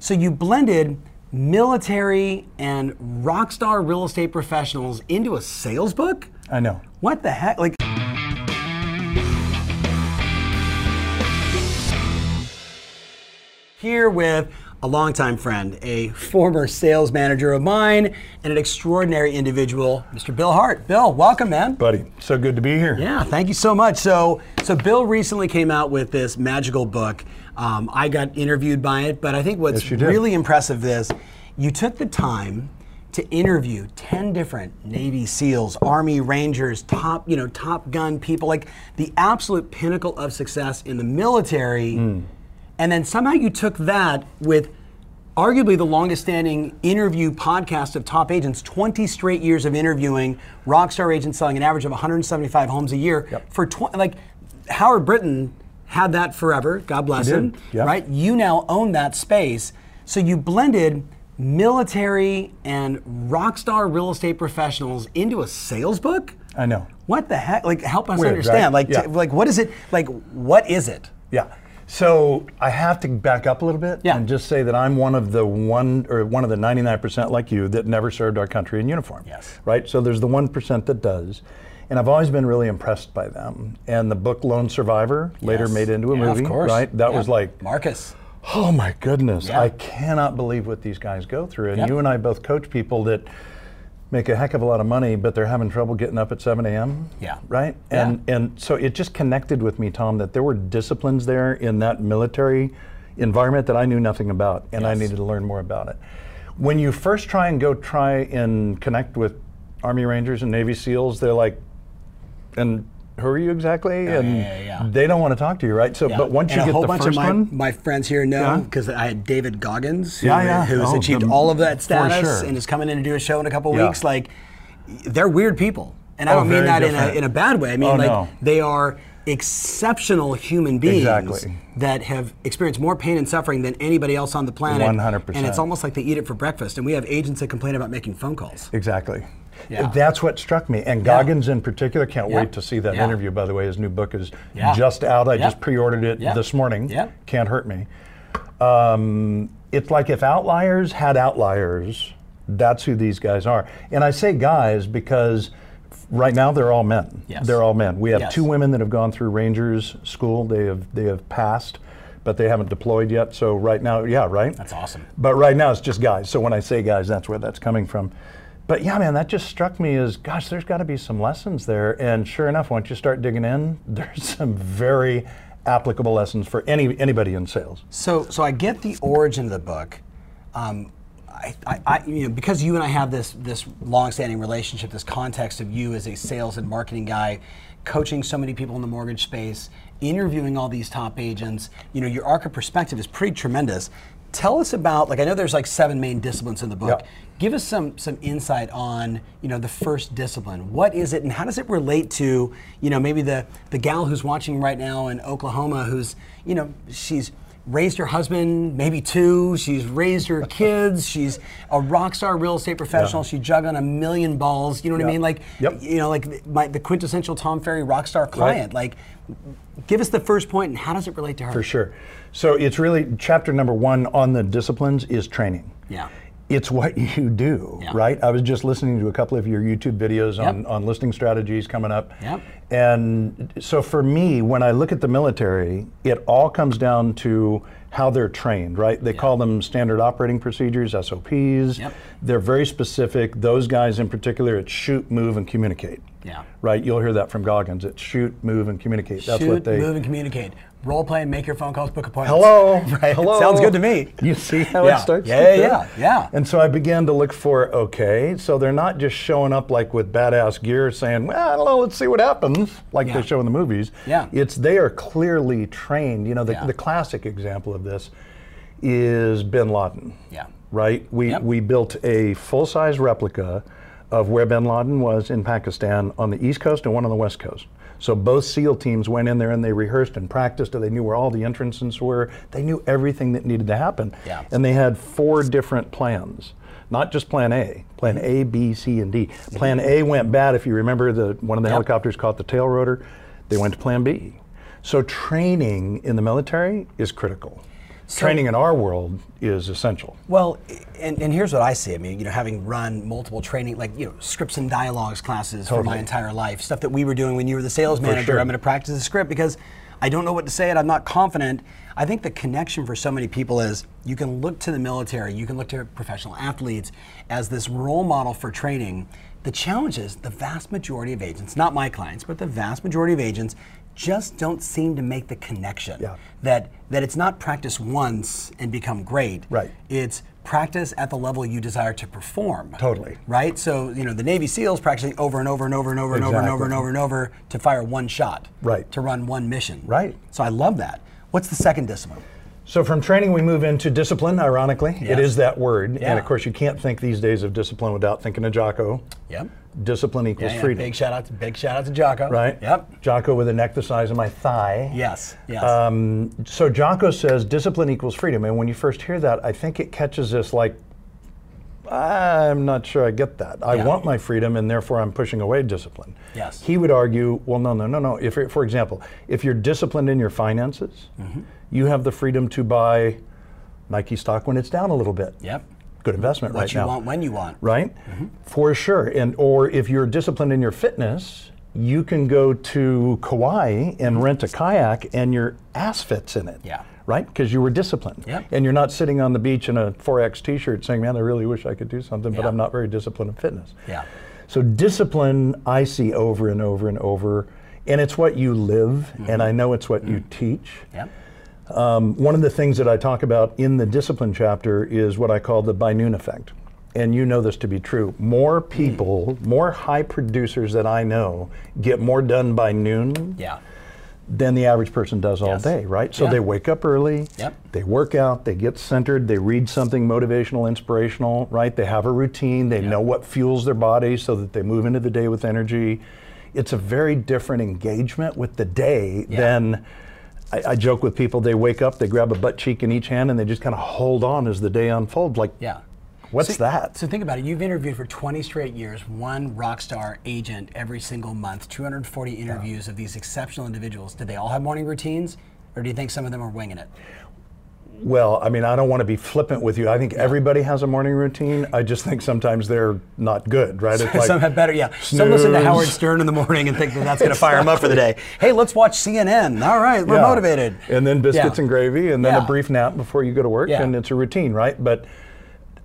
So you blended military and rock star real estate professionals into a sales book? I know. What the heck? Like, here with a longtime friend, a former sales manager of mine, and an extraordinary individual, Mr. Bill Hart. Bill, welcome, man. Buddy, so good to be here. Yeah, thank you so much. So, so Bill recently came out with this magical book. Um, I got interviewed by it, but I think what's Yes, you did. really impressive is you took the time to interview ten different Navy SEALs, Army Rangers, top you know Top Gun people, like the absolute pinnacle of success in the military, Hmm. and then somehow you took that with. Arguably the longest standing interview podcast of top agents, 20 straight years of interviewing rock star agents selling an average of 175 homes a year for 20, like Howard Britton had that forever, God bless He did, him, yeah. right? You now own that space. So you blended military and rock star real estate professionals into a sales book? I know. What the heck? Like help us Weird, understand. right? Like t- Yeah. like what is it? Like what is it? Yeah. So I have to back up a little bit Yeah. and just say that I'm one of the one or one of the 99% like you that never served our country in uniform. Yes. Right? So there's the 1% that does. And I've always been really impressed by them. And the book Lone Survivor later Yes. made into a Yeah, of movie, course. right? That was Yeah. like Marcus. Oh my goodness. Yeah. I cannot believe what these guys go through. And Yep. you and I both coach people that make a heck of a lot of money, but they're having trouble getting up at 7 a.m. Yeah. Right? And and so it just connected with me, Tom, that there were disciplines there in that military environment that I knew nothing about and I needed to learn more about it. When you first try and go try and connect with Army Rangers and Navy SEAls, they're like, and who are you exactly? and yeah, yeah. they don't want to talk to you, right? So, Yeah. but once and you a get whole the bunch first of my, one, my friends here know Yeah. because I had David Goggins, who, Yeah, yeah. who's Oh, achieved the- all of that for status sure. and is coming in to do a show in a couple Yeah. weeks. Like, they're weird people, and I Oh, don't mean very that in a, different. in a bad way. I mean Oh, like no. they are exceptional human beings Exactly. that have experienced more pain and suffering than anybody else on the planet. 100%. And it's almost like they eat it for breakfast. And we have agents that complain about making phone calls. Exactly. Yeah. That's what struck me. And Goggins in particular, can't Yeah. wait to see that Yeah. interview, by the way. His new book is Yeah. just out. I Yeah. just pre ordered it Yeah. this morning. Yeah. Can't hurt me. Um, it's like if outliers had outliers, that's who these guys are. And I say guys because f- right now they're all men. Yes. They're all men. We have Yes. two women that have gone through Rangers school, they have, they have passed. But they haven't deployed yet, so right now, yeah, right. That's awesome. But right now it's just guys. So when I say guys, that's where that's coming from. But yeah, man, that just struck me as gosh, there's got to be some lessons there. And sure enough, once you start digging in, there's some very applicable lessons for any anybody in sales. So, so I get the origin of the book. Um, I, I, I, you know, because you and I have this this longstanding relationship, this context of you as a sales and marketing guy, coaching so many people in the mortgage space, interviewing all these top agents. You know, your arc of perspective is pretty tremendous. Tell us about like I know there's like seven main disciplines in the book. Yeah. Give us some some insight on you know the first discipline. What is it, and how does it relate to you know maybe the the gal who's watching right now in Oklahoma who's you know she's raised her husband maybe two, she's raised her kids, she's a rock star real estate professional, she jug on a million balls. You know what I Yeah. mean? Like Yep. you know like my, the quintessential Tom Ferry rock star client. Like give us the first point, and how does it relate to her? For sure. So it's really chapter number one on the disciplines is training. Yeah. It's what you do, Yeah. right? I was just listening to a couple of your YouTube videos on, Yep. on listing strategies coming up. Yep. And so for me, when I look at the military, it all comes down to how they're trained, right? They call them standard operating procedures, SOPs. Yep. They're very specific. Those guys in particular, it's shoot, move, and communicate. Yeah. Right? You'll hear that from Goggins. It's shoot, move, and communicate. That's Shoot, what they move, and communicate. Role play, make your phone calls, book appointments. Hello. Right. Hello. Sounds good to me. You see how Yeah. it starts? Yeah, like yeah, that? yeah, yeah. And so I began to look for okay, so they're not just showing up like with badass gear saying, well, I don't know, let's see what happens, like Yeah. they show in the movies. Yeah. It's they are clearly trained. You know, the, Yeah. the classic example of this is bin Laden. Yeah. Right? We, Yep. we built a full size replica of where bin Laden was in Pakistan on the East Coast and one on the West Coast. So both SEAL teams went in there and they rehearsed and practiced and they knew where all the entrances were. They knew everything that needed to happen. Yeah. And they had four different plans. Not just plan A, plan A, B, C, and D. Plan A went bad. If you remember, the, one of the helicopters caught the tail rotor. They went to plan B. So training in the military is critical. training in our world is essential. Well, i- and, and here's what I see. I mean, you know, having run multiple training, like you know, scripts and dialogues classes for my Totally. entire life, stuff that we were doing when you were the sales manager. sure. I'm going to practice the script because I don't know what to say and I'm not confident. I think the connection for so many people is you can look to the military, you can look to professional athletes as this role model for training. The challenge is the vast majority of agents, not my clients, but the vast majority of agents just don't seem to make the connection Yeah. that that it's not practice once and become great. Right. It's practice at the level you desire to perform. Totally. Right? So, you know, the Navy SEALs practicing over and over and over and over and over and over and Exactly. over and over to fire one shot. Right. To run one mission. Right. So I love that. What's the second discipline? So from training, we move into discipline. Ironically, Yes. it is that word, Yeah. and of course, you can't think these days of discipline without thinking of Jocko. Yep. Discipline equals Yeah, freedom, Big shout out to big shout out to Jocko. right? Yep. Jocko with a neck the size of my thigh. Yes. Yes. Um, so Jocko says discipline equals freedom, and when you first hear that, I think it catches us like, I'm not sure I get that. I Yeah. want my freedom, and therefore I'm pushing away discipline. Yes. He would argue, well, no, no, no, no. If, you're- for example, if you're disciplined in your finances, Mm-hmm. you have the freedom to buy Nike stock when it's down a little bit. yep. Good investment What right you now want when you want. right? Mm-hmm. For sure. And or if you're disciplined in your fitness, you can go to Kauai and rent a kayak and your ass fits in it. Mm-hmm. Yeah. Right? Because you were disciplined. Yep. And you're not sitting on the beach in a 4X t shirt saying, man, I really wish I could do something, but Yeah. I'm not very disciplined in fitness. Yeah. So discipline I see over and over and over. And it's what you live, Mm-hmm. and I know it's what you teach. Yep. One of the things that I talk about in the discipline chapter is what I call the by noon effect. And you know this to be true. More people, more high producers that I know get more done by noon Yeah. than the average person does all Yes. day, right? So Yeah. they wake up early, Yep. they work out, they get centered, they read something motivational, inspirational, right? They have a routine, they know what fuels their body so that they move into the day with energy. It's a very different engagement with the day than. I, I joke with people, they wake up, they grab a butt cheek in each hand, and they just kind of hold on as the day unfolds. Like, Yeah. what's So- that? So think about it. You've interviewed for 20 straight years, one rock star agent every single month, 240 interviews of these exceptional individuals. Did they all have morning routines, or do you think some of them are winging it? Well, I mean, I don't want to be flippant with you. I think everybody has a morning routine. I just think sometimes they're not good, right? It's some have better, yeah. Some listen to snooze. Howard Stern in the morning and think that that's going to fire them up for the day. Hey, let's watch CNN. All right, we're Yeah. motivated. And then biscuits Yeah. and gravy, and then Yeah. a brief nap before you go to work, Yeah. and it's a routine, right? But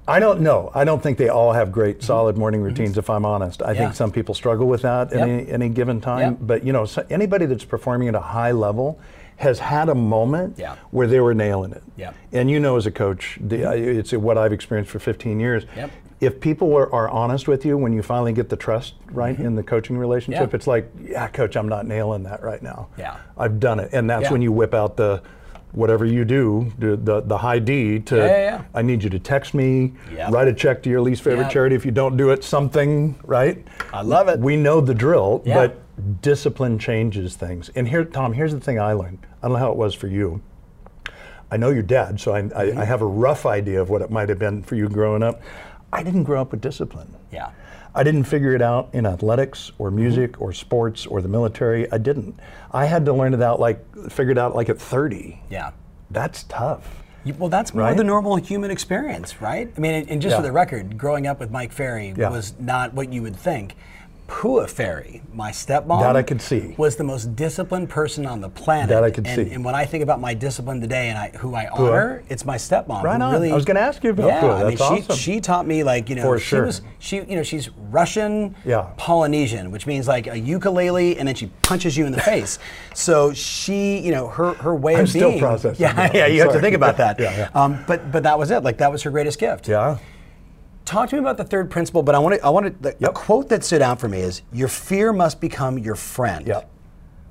I don't know. I don't think they all have great, solid morning routines. If I'm honest, I Mm-hmm. Yeah. think some people struggle with that at Yep. any, any given time. Yep. But you know, so anybody that's performing at a high level has had a moment Yeah. where they were nailing it. Yep. And you know, as a coach, the, I- it's what I've experienced for 15 years. Yep. If people are, are honest with you when you finally get the trust right in the coaching relationship, Mm-hmm. Yeah. it's like, yeah, coach, I'm not nailing that right now. Yeah. I've done it. And that's Yeah. when you whip out the whatever you do, the the, the high D to Yeah, yeah, yeah. I need you to text me, Yep. write a check to your least favorite Yep. charity. If you don't do it, something, right? I love it. We know the drill, Yeah. but discipline changes things. And here, Tom, here's the thing I learned. I don't know how it was for you. I know your dad, so I, Mm-hmm. I, I have a rough idea of what it might have been for you growing up. I didn't grow up with discipline. Yeah. I didn't figure it out in athletics or Mm-hmm. music or sports or the military. I didn't. I had to learn it out like figure it out like at 30. Yeah. That's tough. You- Well, that's more Right? the normal human experience, right? I mean, and- and just for Yeah. the record, growing up with Mike Ferry Yeah. was not what you would think. Pua Ferry, my stepmom, That I could see. was the most disciplined person on the planet. That I could and, see. And when I think about my discipline today and I, who I honor, it's my stepmom. Right who on. Really, I was gonna ask you about yeah, Pua. I mean, That's she, awesome. She taught me like you know For she sure. was she you know she's Russian Yeah. Polynesian, which means like a ukulele, and then she punches you in the face. So she you know her her way I'm of still being. processing Yeah, that. yeah, you have to Sorry. think about that. Yeah, yeah. Um, but but that was it. Like that was her greatest gift. Yeah. Talk to me about the third principle, but I want to I want to the a Yep. quote that stood out for me is your fear must become your friend. Yeah.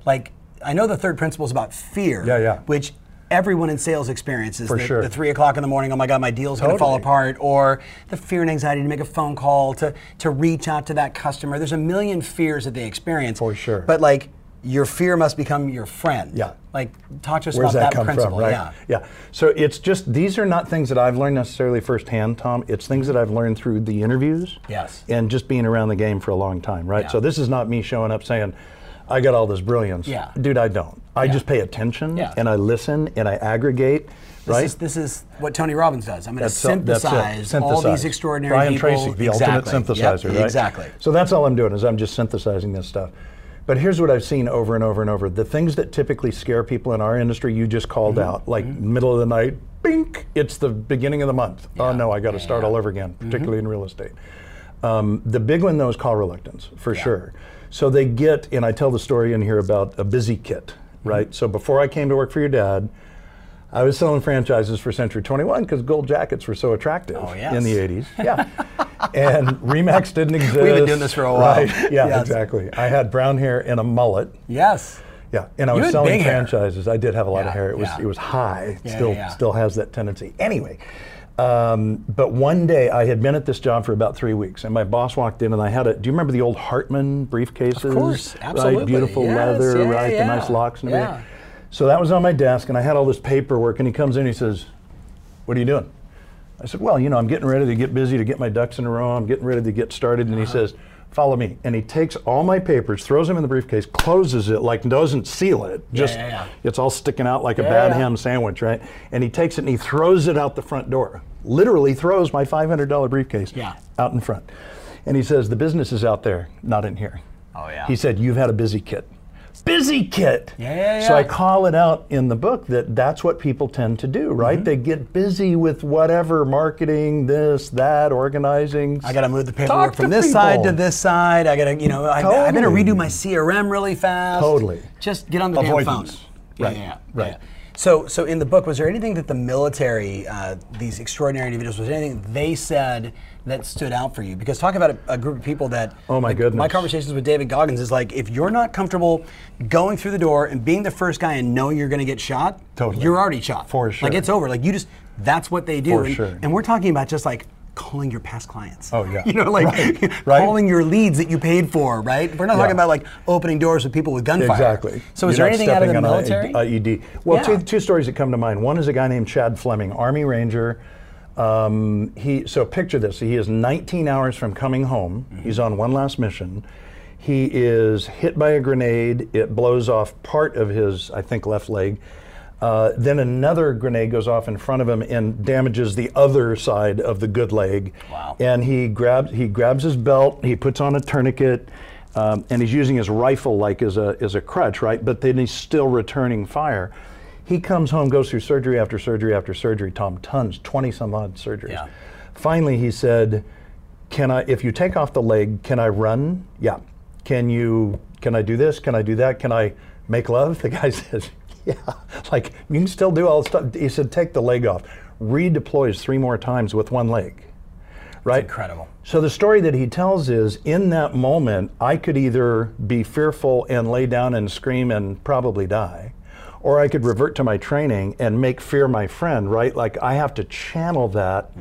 Like I know the third principle is about fear. Yeah, yeah. Which everyone in sales experiences For the, sure. the three o'clock in the morning, oh my God, my deal's gonna fall Totally. apart, or the fear and anxiety to make a phone call, to to reach out to that customer. There's a million fears that they experience. For sure. But like your fear must become your friend. Yeah. Like talk to us Where's about that that, come principle. from, right? Yeah. So it's just these are not things that I've learned necessarily firsthand, Tom. It's things that I've learned through the interviews. Yes. And just being around the game for a long time, right? Yeah. So this is not me showing up saying, I got all this brilliance. Yeah. Dude, I don't. I Yeah. just pay attention Yeah. and I listen and I aggregate. This right? is this is what Tony Robbins does. I'm going to That's it. That's it. synthesize, all these Synthesize. extraordinary Brian people. Tracy, the exactly. ultimate Yep, synthesizer, right? Exactly. So that's all I'm doing is I'm just synthesizing this stuff. But here's what I've seen over and over and over: the things that typically scare people in our industry, you just called Mm-hmm. out, like middle of the night, bink, it's the beginning of the month. Oh no, I got to start all over again, particularly Mm-hmm. in real estate. Um, the big one though is call reluctance, for sure. So they get, and I tell the story in here about a busy kit, Mm-hmm. right? So before I came to work for your dad, I was selling franchises for Century 21 because gold jackets were so attractive Oh, yes. in the 80s. Yeah. and Remax didn't exist. been doing this for a while. Right. Yeah, Yes. exactly. I had brown hair and a mullet. Yes. Yeah, and I You was had selling big hair. franchises. I did have a lot Yeah, of hair. It was yeah. it was high. It Yeah, still yeah. still has that tendency. Anyway, um, but one day I had been at this job for about three weeks, and my boss walked in, and I had a. Do you remember the old Hartman briefcases? Of course, absolutely. Right, beautiful Yes, leather, yeah, right? yeah. The nice locks and everything. Yeah. So that was on my desk, and I had all this paperwork, and he comes in, and he says, "What are you doing?" I said, Well, you know, I'm getting ready to get busy, to get my ducks in a row. I'm getting ready to get started. Uh-huh. And he says, Follow me. And he takes all my papers, throws them in the briefcase, closes it, like doesn't seal it. Just, yeah, yeah. it's all sticking out like a bad yeah. ham sandwich, right? And he takes it and he throws it out the front door. Literally throws my $500 briefcase Yeah. out in front. And he says, The business is out there, not in here. Oh, yeah. He said, You've had a busy kit. Busy kit. Yeah, yeah, So yeah. I call it out in the book that that's what people tend to do, right? Mm-hmm. They get busy with whatever marketing, this, that, organizing. I got to move the paperwork to from this side to people. this side. I got to, you know, I, I better Totally. redo my CRM really fast. Totally. Just get on the Avoidance. damn phone. Right, Yeah, yeah, right. yeah. So, so in the book, was there anything that the military, uh, these extraordinary individuals, was there anything they said that stood out for you? Because talk about a, a group of people that. Oh, my like, My goodness. conversations with David Goggins is like, if you're not comfortable going through the door and being the first guy and knowing you're going to get shot, Totally. you're already shot. For sure. Like it's over. Like you just, that's what they do. For and, sure. and we're talking about just like calling your past clients. Oh, yeah. you know, like right. calling your leads that you paid for, right? We're not talking Yeah. about like opening doors with people with gunfire. Exactly. So is there You're not anything out of the stepping on military? A, IED. Well, Yeah. two, two stories that come to mind. One is a guy named Chad Fleming, Army Ranger. Um, he so picture this. He is 19 hours from coming home. Mm-hmm. He's on one last mission. He is hit by a grenade. It blows off part of his, I think, left leg. Uh, then another grenade goes off in front of him and damages the other side of the good leg. Wow. And he grabs he grabs his belt. He puts on a tourniquet, um, and he's using his rifle like as a as a crutch, right? But then he's still returning fire. He comes home, goes through surgery after surgery after surgery. Tom, tons, twenty some odd surgeries. Yeah. Finally, he said, "Can I? If you take off the leg, can I run? Yeah. Can you? Can I do this? Can I do that? Can I make love?" The guy says, "Yeah. Like you can still do all the stuff." He said, "Take the leg off." Redeploys three more times with one leg. Right. Incredible. So the story that he tells is in that moment, I could either be fearful and lay down and scream and probably die, or I could revert to my training and make fear my friend, right? Like I have to channel that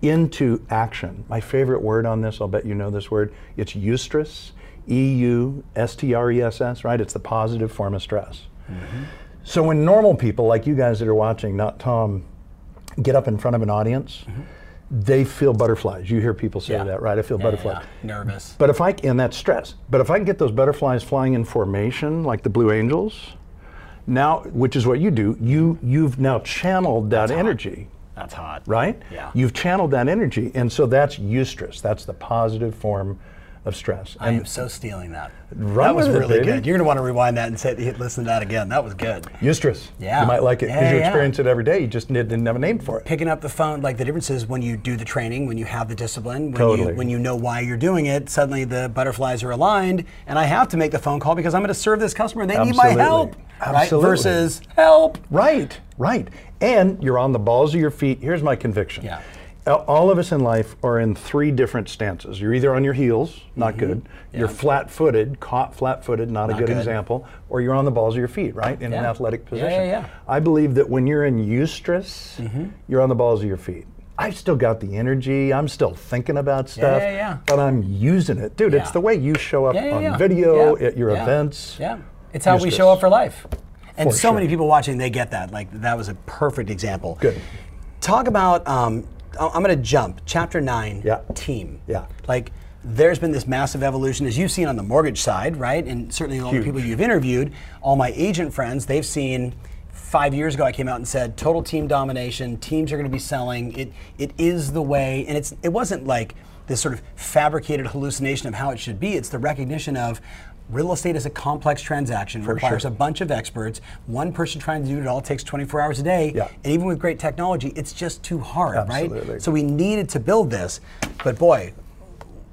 into action. My favorite word on this, I'll bet you know this word, it's eustress, E U S T R E S S, right? It's the positive form of stress. So when normal people like you guys that are watching, not Tom, get up in front of an audience, they feel butterflies. You hear people say Mm-hmm. Yeah. that, right? I feel Yeah, butterflies. yeah, yeah. Nervous. But if I and that's stress. But if I can get those butterflies flying in formation like the Blue Angels, now which is what you do, you you've now channeled that energy, That's hot. right? Yeah. You've channeled that energy, and so that's eustress. That's the positive form of stress. I am so stealing that. Run that was with it, really baby. good. You're gonna want to rewind that and say, hit, listen to that again. That was good. eustress. Yeah. You might like it because Yeah, you yeah. experience it every day. You just didn't didn't have a name for it. Picking up the phone, like the difference is when you do the training, when you have the discipline, when Totally. you when you know why you're doing it, suddenly the butterflies are aligned, and I have to make the phone call because I'm going to serve this customer. They need my Absolutely. help, Absolutely. right? Versus help. Right, right. And you're on the balls of your feet. Here's my conviction. Yeah. Al- All of us in life are in three different stances. You're either on your heels, not good. You're flat footed, caught flat footed, not, a good, Mm-hmm. good. example. Or you're on the balls of your feet, right? In an Yeah. athletic Yeah, yeah, position. yeah. Mm-hmm. I believe that when you're in eustress, you're on the balls of your feet. I've still got the energy. I'm still thinking about stuff. yeah, yeah. But I'm using it. Dude, it's Yeah. the way you show up Yeah, yeah, on yeah. video, Yeah, at your yeah, events. Yeah. It's how we Eustace. show up for life. And For so sure. many people watching, they get that. Like, that was a perfect example. Good. Talk about, um, I- I'm going to jump. Chapter nine, Yeah. team. Yeah. Like, there's been this massive evolution, as you've seen on the mortgage side, right? And certainly all the people you've interviewed, all my agent friends, they've seen five years ago I came out and said total team domination. Teams are going to be selling. It it is the way, and it's it wasn't like this sort of fabricated hallucination of how it should be. It's the recognition of real estate is a complex transaction. requires sure. a bunch of experts. One person trying to do it all takes 24 hours a day. Yeah. And even with great technology, it's just too hard, Absolutely. right? So we needed to build this, but boy,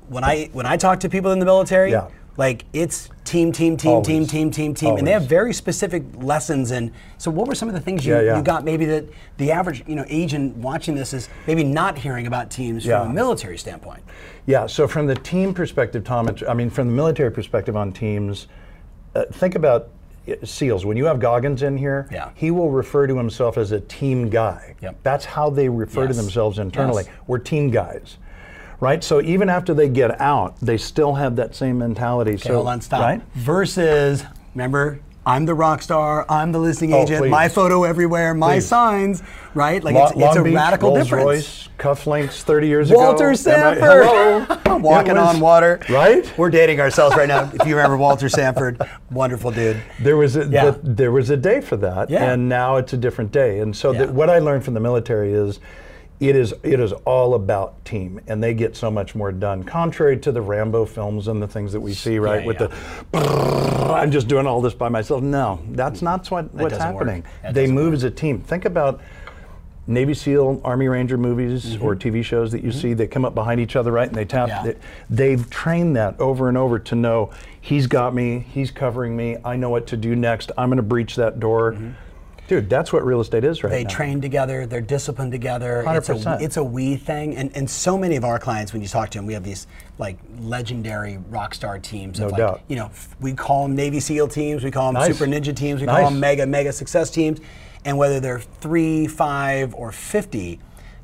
when I when I talk to people in the military. Yeah. Like it's team, team, team, team, Always. team, team, team, and they have Always. very specific lessons. And so, what were some of the things you, Yeah, yeah. you got? Maybe that the average you know agent watching this is maybe not hearing about teams from Yeah. a military standpoint. Yeah. So from the team perspective, Tom, it's, I mean, from the military perspective on teams, uh, think about uh, SEALs. When you have Goggins in here, Yeah. he will refer to himself as a team guy. Yep. That's how they refer Yes. to themselves internally. Yes. We're team guys. Right, so even after they get out, they still have that same mentality. so Hold on, stop. Right? Versus, remember, I'm the rock star. I'm the listing Oh, agent. please. my photo everywhere. My Please. signs. Right? Like Lo- it's, it's a Beach, radical Rolls difference. Royce, cufflinks 30 years Walter ago. Am I- Sanford. hello. It Walking was- on water. Right? We're dating ourselves right now. If you remember Walter Sanford, wonderful dude. There was a, Yeah. th- there was a day for that, Yeah. and now it's a different day. And so Yeah. th- what I learned from the military is, it is it is all about team, and they get so much more done. Contrary to the Rambo films and the things that we see, right, Yeah, with yeah. the "Brrr, I'm just doing all this by myself. No, that's not what, what's doesn't work. happening. That They doesn't move as a team. Think about. Navy SEAL, Army Ranger movies or TV shows that you see, they come up behind each other, right, and they tap. Mm-hmm. Yeah. They, they've trained that over and over to know he's got me, he's covering me, I know what to do next, I'm going to breach that door. Dude, that's what real estate is right Mm-hmm. They now. train together. They're disciplined together. It's a 100%. it's a we thing, and and so many of our clients, when you talk to them, we have these like legendary rock star teams. of No like, doubt. You know, f- we call them Navy SEAL teams. We call them Nice. Super Ninja teams. We call Nice. them Mega Mega Success teams. And whether they're three, five, or fifty.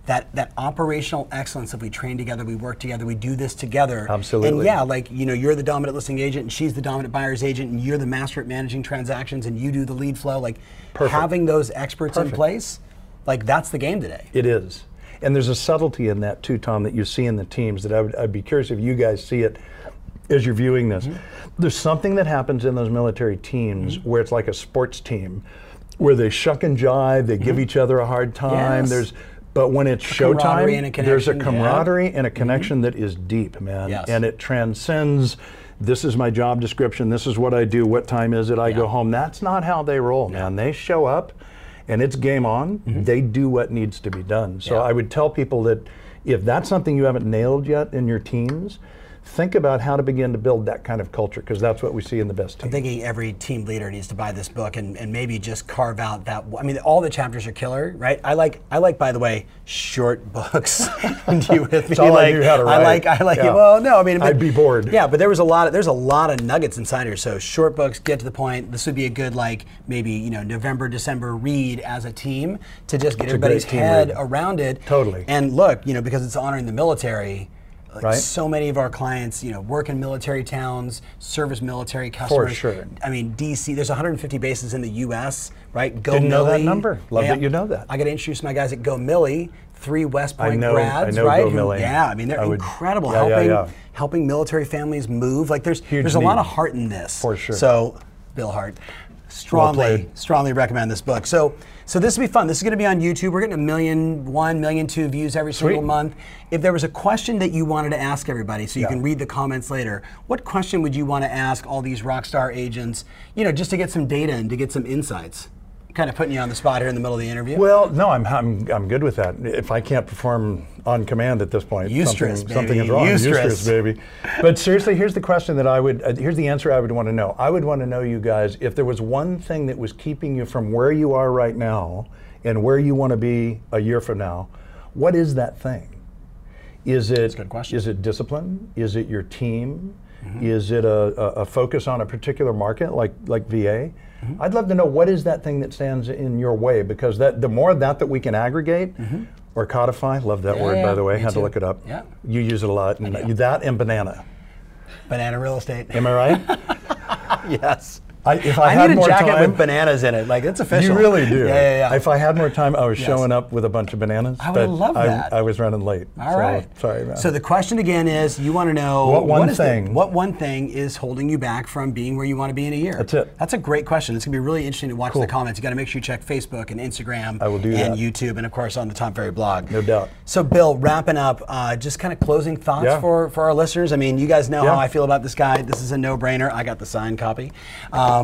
That, that operational excellence if we train together we work together we do this together and Absolutely. yeah like you know you're the dominant listing agent and she's the dominant buyer's agent and you're the master at managing transactions and you do the lead flow like having those experts in Perfect. place like that's the game today It is. And there's a subtlety in that too, Tom, that you see in the teams that I would, I'd be curious if you guys see it as you're viewing this. Mm-hmm. There's something that happens in those military teams where it's like a sports team, where they shuck and jive, they give each other a hard time. Mm-hmm. Yes. There's but when it's camaraderie showtime, and a there's a connection, yeah. Mm-hmm. camaraderie and a connection that is deep, man. Yes. And it transcends this is my job description, this is what I do, what time is it, I go home. That's not how they roll, man. They show up and it's game on. They do what needs to be done. So Yeah. I would tell people that if that's something you haven't nailed yet in your teams, think about how to begin to build that kind of culture because that's what we see in the best teams. I'm thinking every team leader needs to buy this book and, and maybe just carve out that. I mean, all the chapters are killer, right? I like I like by the way short books. Do you with me? all I like, knew how to I write. like I like Yeah. well no I mean but- I'd be bored. Yeah, but there was a lot of there's a lot of nuggets inside here. So short books get to the point. This would be a good like maybe you know November December read as a team to just get a great everybody's team head read. around it. Totally. And look, you know, because it's honoring the military. Like Right. So many of our clients, you know, work in military towns, service military customers. sure. I mean, DC, there's 150 bases in the U.S., right? Go Didn't know that Millie. number. Love that you know that. I got to introduce my guys at Go Millie, three West Point know- I grads, know Go right? who- Millie. yeah, I mean, they're I would- incredible yeah, yeah, helping yeah. helping military families move. Like, there's Huge there's a lot need. of heart in this. For sure. So, Bill Hart, strongly, played. strongly recommend this book. So, so this will be fun. This is going to be on YouTube. We're getting a million, one million, two views every single Sweet. month. If there was a question that you wanted to ask everybody, so you can read the comments later, what question would you want to ask all these rock star agents? You know, just to get some data and to get some insights. Kind of putting you on the spot here in the middle of the interview. Well, no, I'm, I'm I'm good with that. If I can't perform on command at this point, Eustress, something, something baby. is wrong. Eustress. Eustress, baby. But seriously, here's the question that I would uh, here's the answer I would want to know. I would want to know you guys if there was one thing that was keeping you from where you are right now and where you want to be a year from now. What is that thing? Is it a good question. Mm-hmm. is it discipline? Is it your team? Is it a, a, a focus on a particular market like like VA? Mm-hmm. I'd love to know what is that thing that stands in your way because that the more of that that we can aggregate or codify, love that Mm-hmm. word yeah, by the way, me had too. to look it up. Yeah. You use it a lot and that and banana. Banana real estate. Am I right? yes. I, if I, I, had need a more jacket time, with bananas in it. Like it's official. You really Yeah, do. yeah, yeah. If I had more time, I was showing up with a bunch of bananas. I would but love I, that. I was running late. All so right. Sorry about So the question again is, you want to know What one is the- thing- what one thing is holding you back from being where you want to be in a year? That's it. That's a great question. It's gonna be really interesting to watch the comments. You got to make sure you check Facebook and Instagram. I will do And that. YouTube and of course on the Tom Ferry blog. No doubt. So Bill, wrapping up, uh, just kind of closing thoughts Yeah. for for our listeners. I mean, you guys know how Yeah. I feel about this guy. This is a no-brainer. I got the signed copy. Um,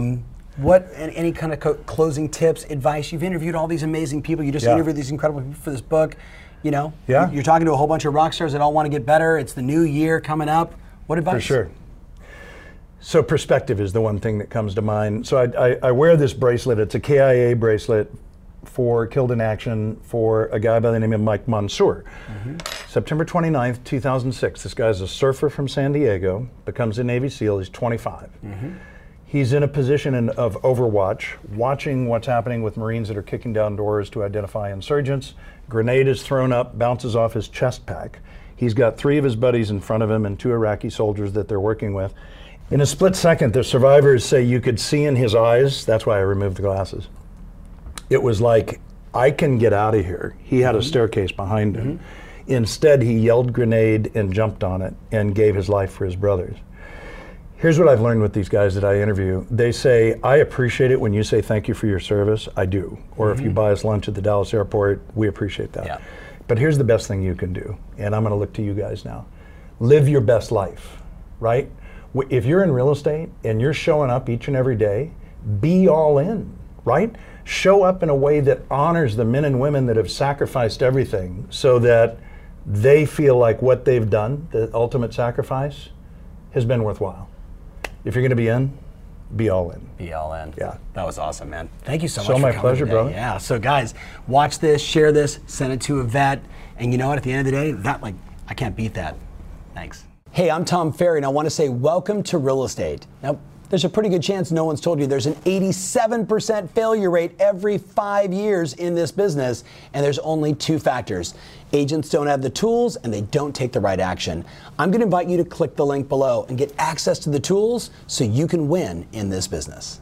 what and any kind of co- closing tips, advice? You've interviewed all these amazing people. You just Yeah. interviewed these incredible people for this book. You know, Yeah. you're talking to a whole bunch of rock stars that all want to get better. It's the new year coming up. What advice? For sure. So perspective is the one thing that comes to mind. So I, I, I wear this bracelet. It's a KIA bracelet for Killed in Action for a guy by the name of Mike Mansour. September 29th, 2006. This guy's a surfer from San Diego, becomes a Navy SEAL. He's 25. He's in a position in, of overwatch, watching what's happening with Marines that are kicking down doors to identify insurgents. Grenade is thrown up, bounces off his chest pack. He's got three of his buddies in front of him and two Iraqi soldiers that they're working with. In a split second, the survivors say you could see in his eyes. That's why I removed the glasses it was like I can get out of here. He had a staircase behind him. Instead, he yelled grenade and jumped on it and gave his life for his brothers. Here's what I've learned with these guys that I interview. They say, I appreciate it when you say thank you for your service. I do. Or if you buy us lunch at the Dallas airport, we appreciate that. Yeah. But here's the best thing you can do. And I'm going to look to you guys now live your best life, right? W- If you're in real estate and you're showing up each and every day, be all in, right? Show up in a way that honors the men and women that have sacrificed everything so that they feel like what they've done, the ultimate sacrifice, has been worthwhile. If you're going to be in, be all in. Be all in. Yeah. That was awesome, man. Thank you so much. So for my coming pleasure, today. brother. Yeah. So guys, watch this, share this, send it to a vet, and you know what? At the end of the day, that like I can't beat that. Thanks. Hey, I'm Tom Ferry, and I want to say welcome to real estate. Now, there's a pretty good chance no one's told you there's an 87% failure rate every five years in this business, and there's only two factors. Agents don't have the tools and they don't take the right action. I'm going to invite you to click the link below and get access to the tools so you can win in this business.